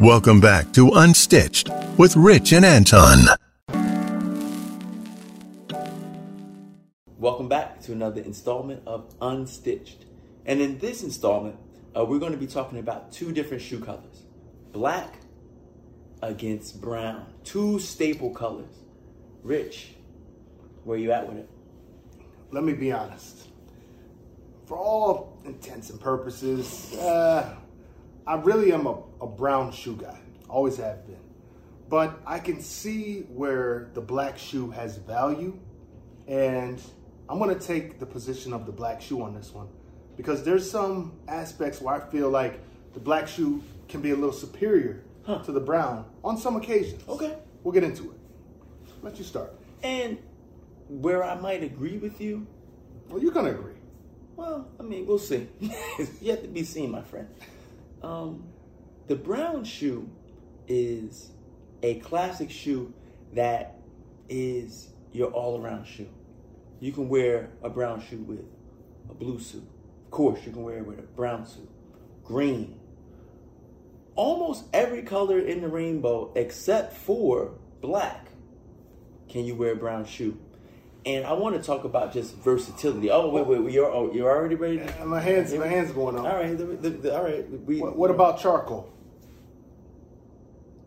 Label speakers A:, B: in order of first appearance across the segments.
A: Welcome back to Unstitched with Rich and Anton.
B: Welcome back to another installment of Unstitched. And in this installment, uh, we're going to be talking about two different shoe colors black against brown. Two staple colors. Rich, where you at with it?
C: Let me be honest. For all intents and purposes, uh, I really am a, a brown shoe guy. Always have been. But I can see where the black shoe has value. And I'm going to take the position of the black shoe on this one because there's some aspects where I feel like the black shoe can be a little superior
B: Huh.
C: to the brown on some occasions.
B: Okay.
C: We'll get into it. Let you start.
B: And where I might agree with you,
C: Well, you're going to agree.
B: well, I mean, we'll see. Yet to be seen, my friend. Um, the brown shoe is a classic shoe that is your all around shoe. You can wear a brown shoe with a blue suit. Of course, you can wear it with a brown suit, green. Almost every color in the rainbow except for black can you wear a brown shoe. And I want to talk about just versatility. Oh, wait, wait, wait you're, oh, you're already ready? to-
C: And Uh, My hands, my hands going up.
B: All right, the, the, the, all right. We,
C: What, what about charcoal?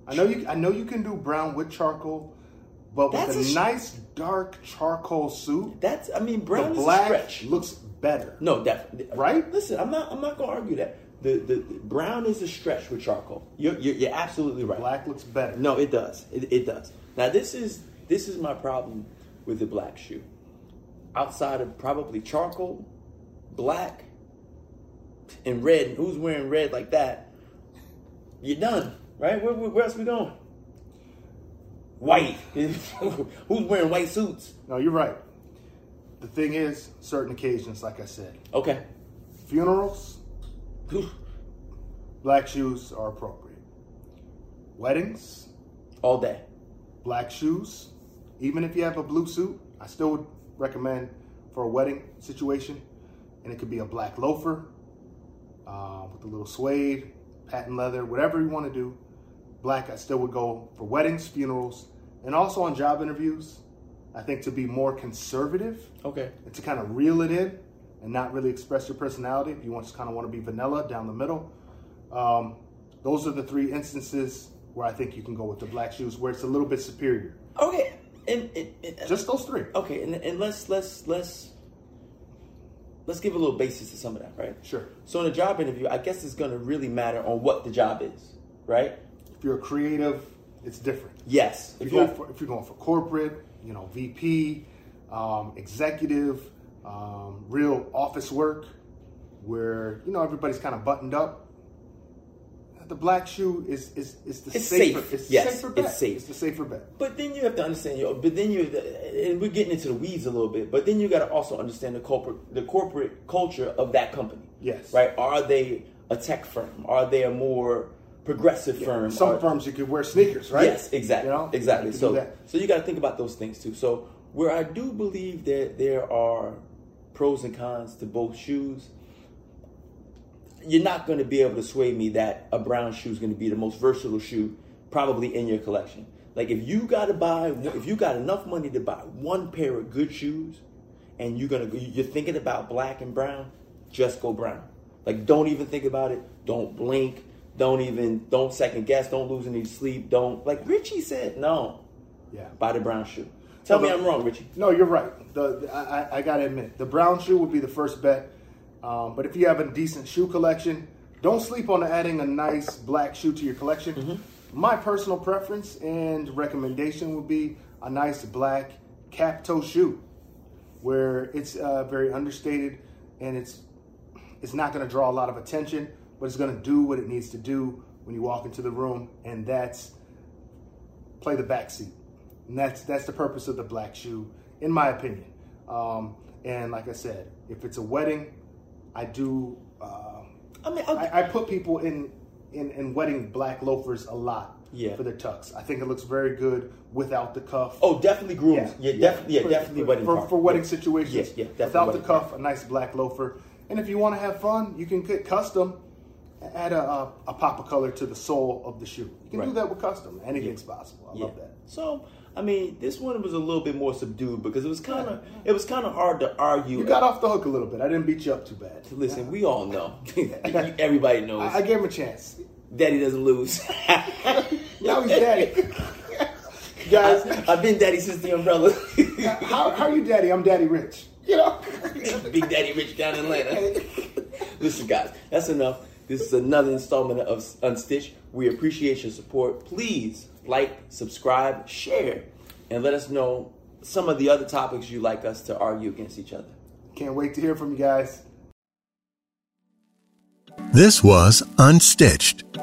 C: I know you. I know you can do brown with charcoal, but with
B: That's
C: a,
B: a sh-
C: nice dark charcoal suit,
B: That's I mean
C: the
B: brown is a
C: black
B: stretch.
C: looks better.
B: No, definitely.
C: Right?
B: Listen, I'm not. I'm not gonna argue that. The, the, the brown is a stretch with charcoal. You're, you're, you're absolutely right.
C: Black looks better.
B: No, it does. It, it does. Now this is this is my problem with the black shoe. Outside of probably charcoal, black, and red. And who's wearing red like that? You're done, right? Where, where, where else we going? White. who's wearing white suits?
C: no, you're right. The thing is, certain occasions, like I said,
B: Okay.
C: funerals, black shoes are appropriate. Weddings,
B: All day.
C: black shoes. Even if you have a blue suit, I still would recommend for a wedding situation. And it could be a black loafer uh, with a little suede, patent leather, whatever you want to do. Black, I still would go for weddings, funerals, and also on job interviews. I think to be more conservative
B: Okay.
C: and to kind of reel it in and not really express your personality. If you want, just kind of want to be vanilla down the middle. Um, those are the three instances where I think you can go with the black shoes, where it's a little bit superior.
B: Okay, and, and, and-
C: Just those three.
B: okay, and, and let's let's let's let's give a little basis to some of that, right?
C: Sure.
B: So in a job interview, I guess it's gonna really matter on what the job is, right?
C: If you're creative, it's different.
B: Yes.
C: If you're, going for, if you're going for corporate, you know, VP, um, executive, um, real office work, where you know everybody's kind of buttoned up. The black shoe is is, is the
B: It's
C: safer.
B: safe.
C: It's the
B: Yes,
C: safer
B: it's
C: bet.
B: safe.
C: It's the safer bet.
B: But then you have to understand, yo. But then you, and we're getting into the weeds a little bit. But then you got to also understand the corporate, the corporate culture of that company.
C: Yes.
B: Right? Are they a tech firm? Are they a more progressive firm?
C: Some
B: Are-
C: firms you could wear sneakers, right?
B: Yes, exactly.
C: You know?
B: Exactly.
C: You can do
B: So,
C: that.
B: so you got to think about those things too. So, where I do believe that there are pros and cons to both shoes, you're not going to be able to sway me that a brown shoe is going to be the most versatile shoe probably in your collection. Like if you got to buy, if you got enough money to buy one pair of good shoes, and you're gonna you're thinking about black and brown, just go brown. Like don't even think about it. Don't blink. Don't even don't second guess. Don't lose any sleep. Don't like Richie said no.
C: yeah.
B: Buy the brown shoe. Tell me
C: Well,
B: I'm wrong, Richie.
C: No, you're right. The, the- I, I- I gotta admit, the brown shoe would be the first bet. Um, but if you have a decent shoe collection, don't sleep on adding a nice black shoe to your collection.
B: Mm-hmm.
C: My personal preference and recommendation would be a nice black cap toe shoe, where it's uh, very understated and it's it's not going to draw a lot of attention, but it's going to do what it needs to do when you walk into the room, and that's play the back seat. And that's that's the purpose of the black shoe, in my opinion. Um, and like I said, if it's a wedding, I do. Uh,
B: I mean, I'll,
C: I, I put people in, in in wedding black loafers a lot
B: Yeah.
C: for their tucks. I think it looks very good without the cuff.
B: oh, definitely grooms. Yeah, definitely. Yeah,
C: For-
B: definitely
C: for,
B: wedding
C: for,
B: party.
C: for wedding situations.
B: Yeah, yeah, definitely
C: without the
B: wedding
C: cuff, a nice black loafer. And if you want to have fun, you can get custom add a, a, a pop of color to the sole of the shoe. You can do
B: Right.
C: that with custom. Anything's possible. I love that.
B: So I mean, this one was a little bit more subdued because it was kind of it was kind of hard to argue.
C: You got off the hook a little bit. I didn't beat you up too bad.
B: Listen, we all know. Everybody knows
C: I, I gave him a chance.
B: Daddy doesn't lose.
C: Now he's daddy. Guys,
B: I've been Daddy since the umbrella.
C: how, how are you daddy? I'm daddy rich. You know?
B: Big Daddy Rich down in Atlanta. Listen, guys, that's enough. This is another installment of Unstitch. We appreciate your support. Please like, subscribe, share, and let us know some of the other topics you'd like us to argue against each other.
C: Can't wait to hear from you guys.
A: This was Unstitched.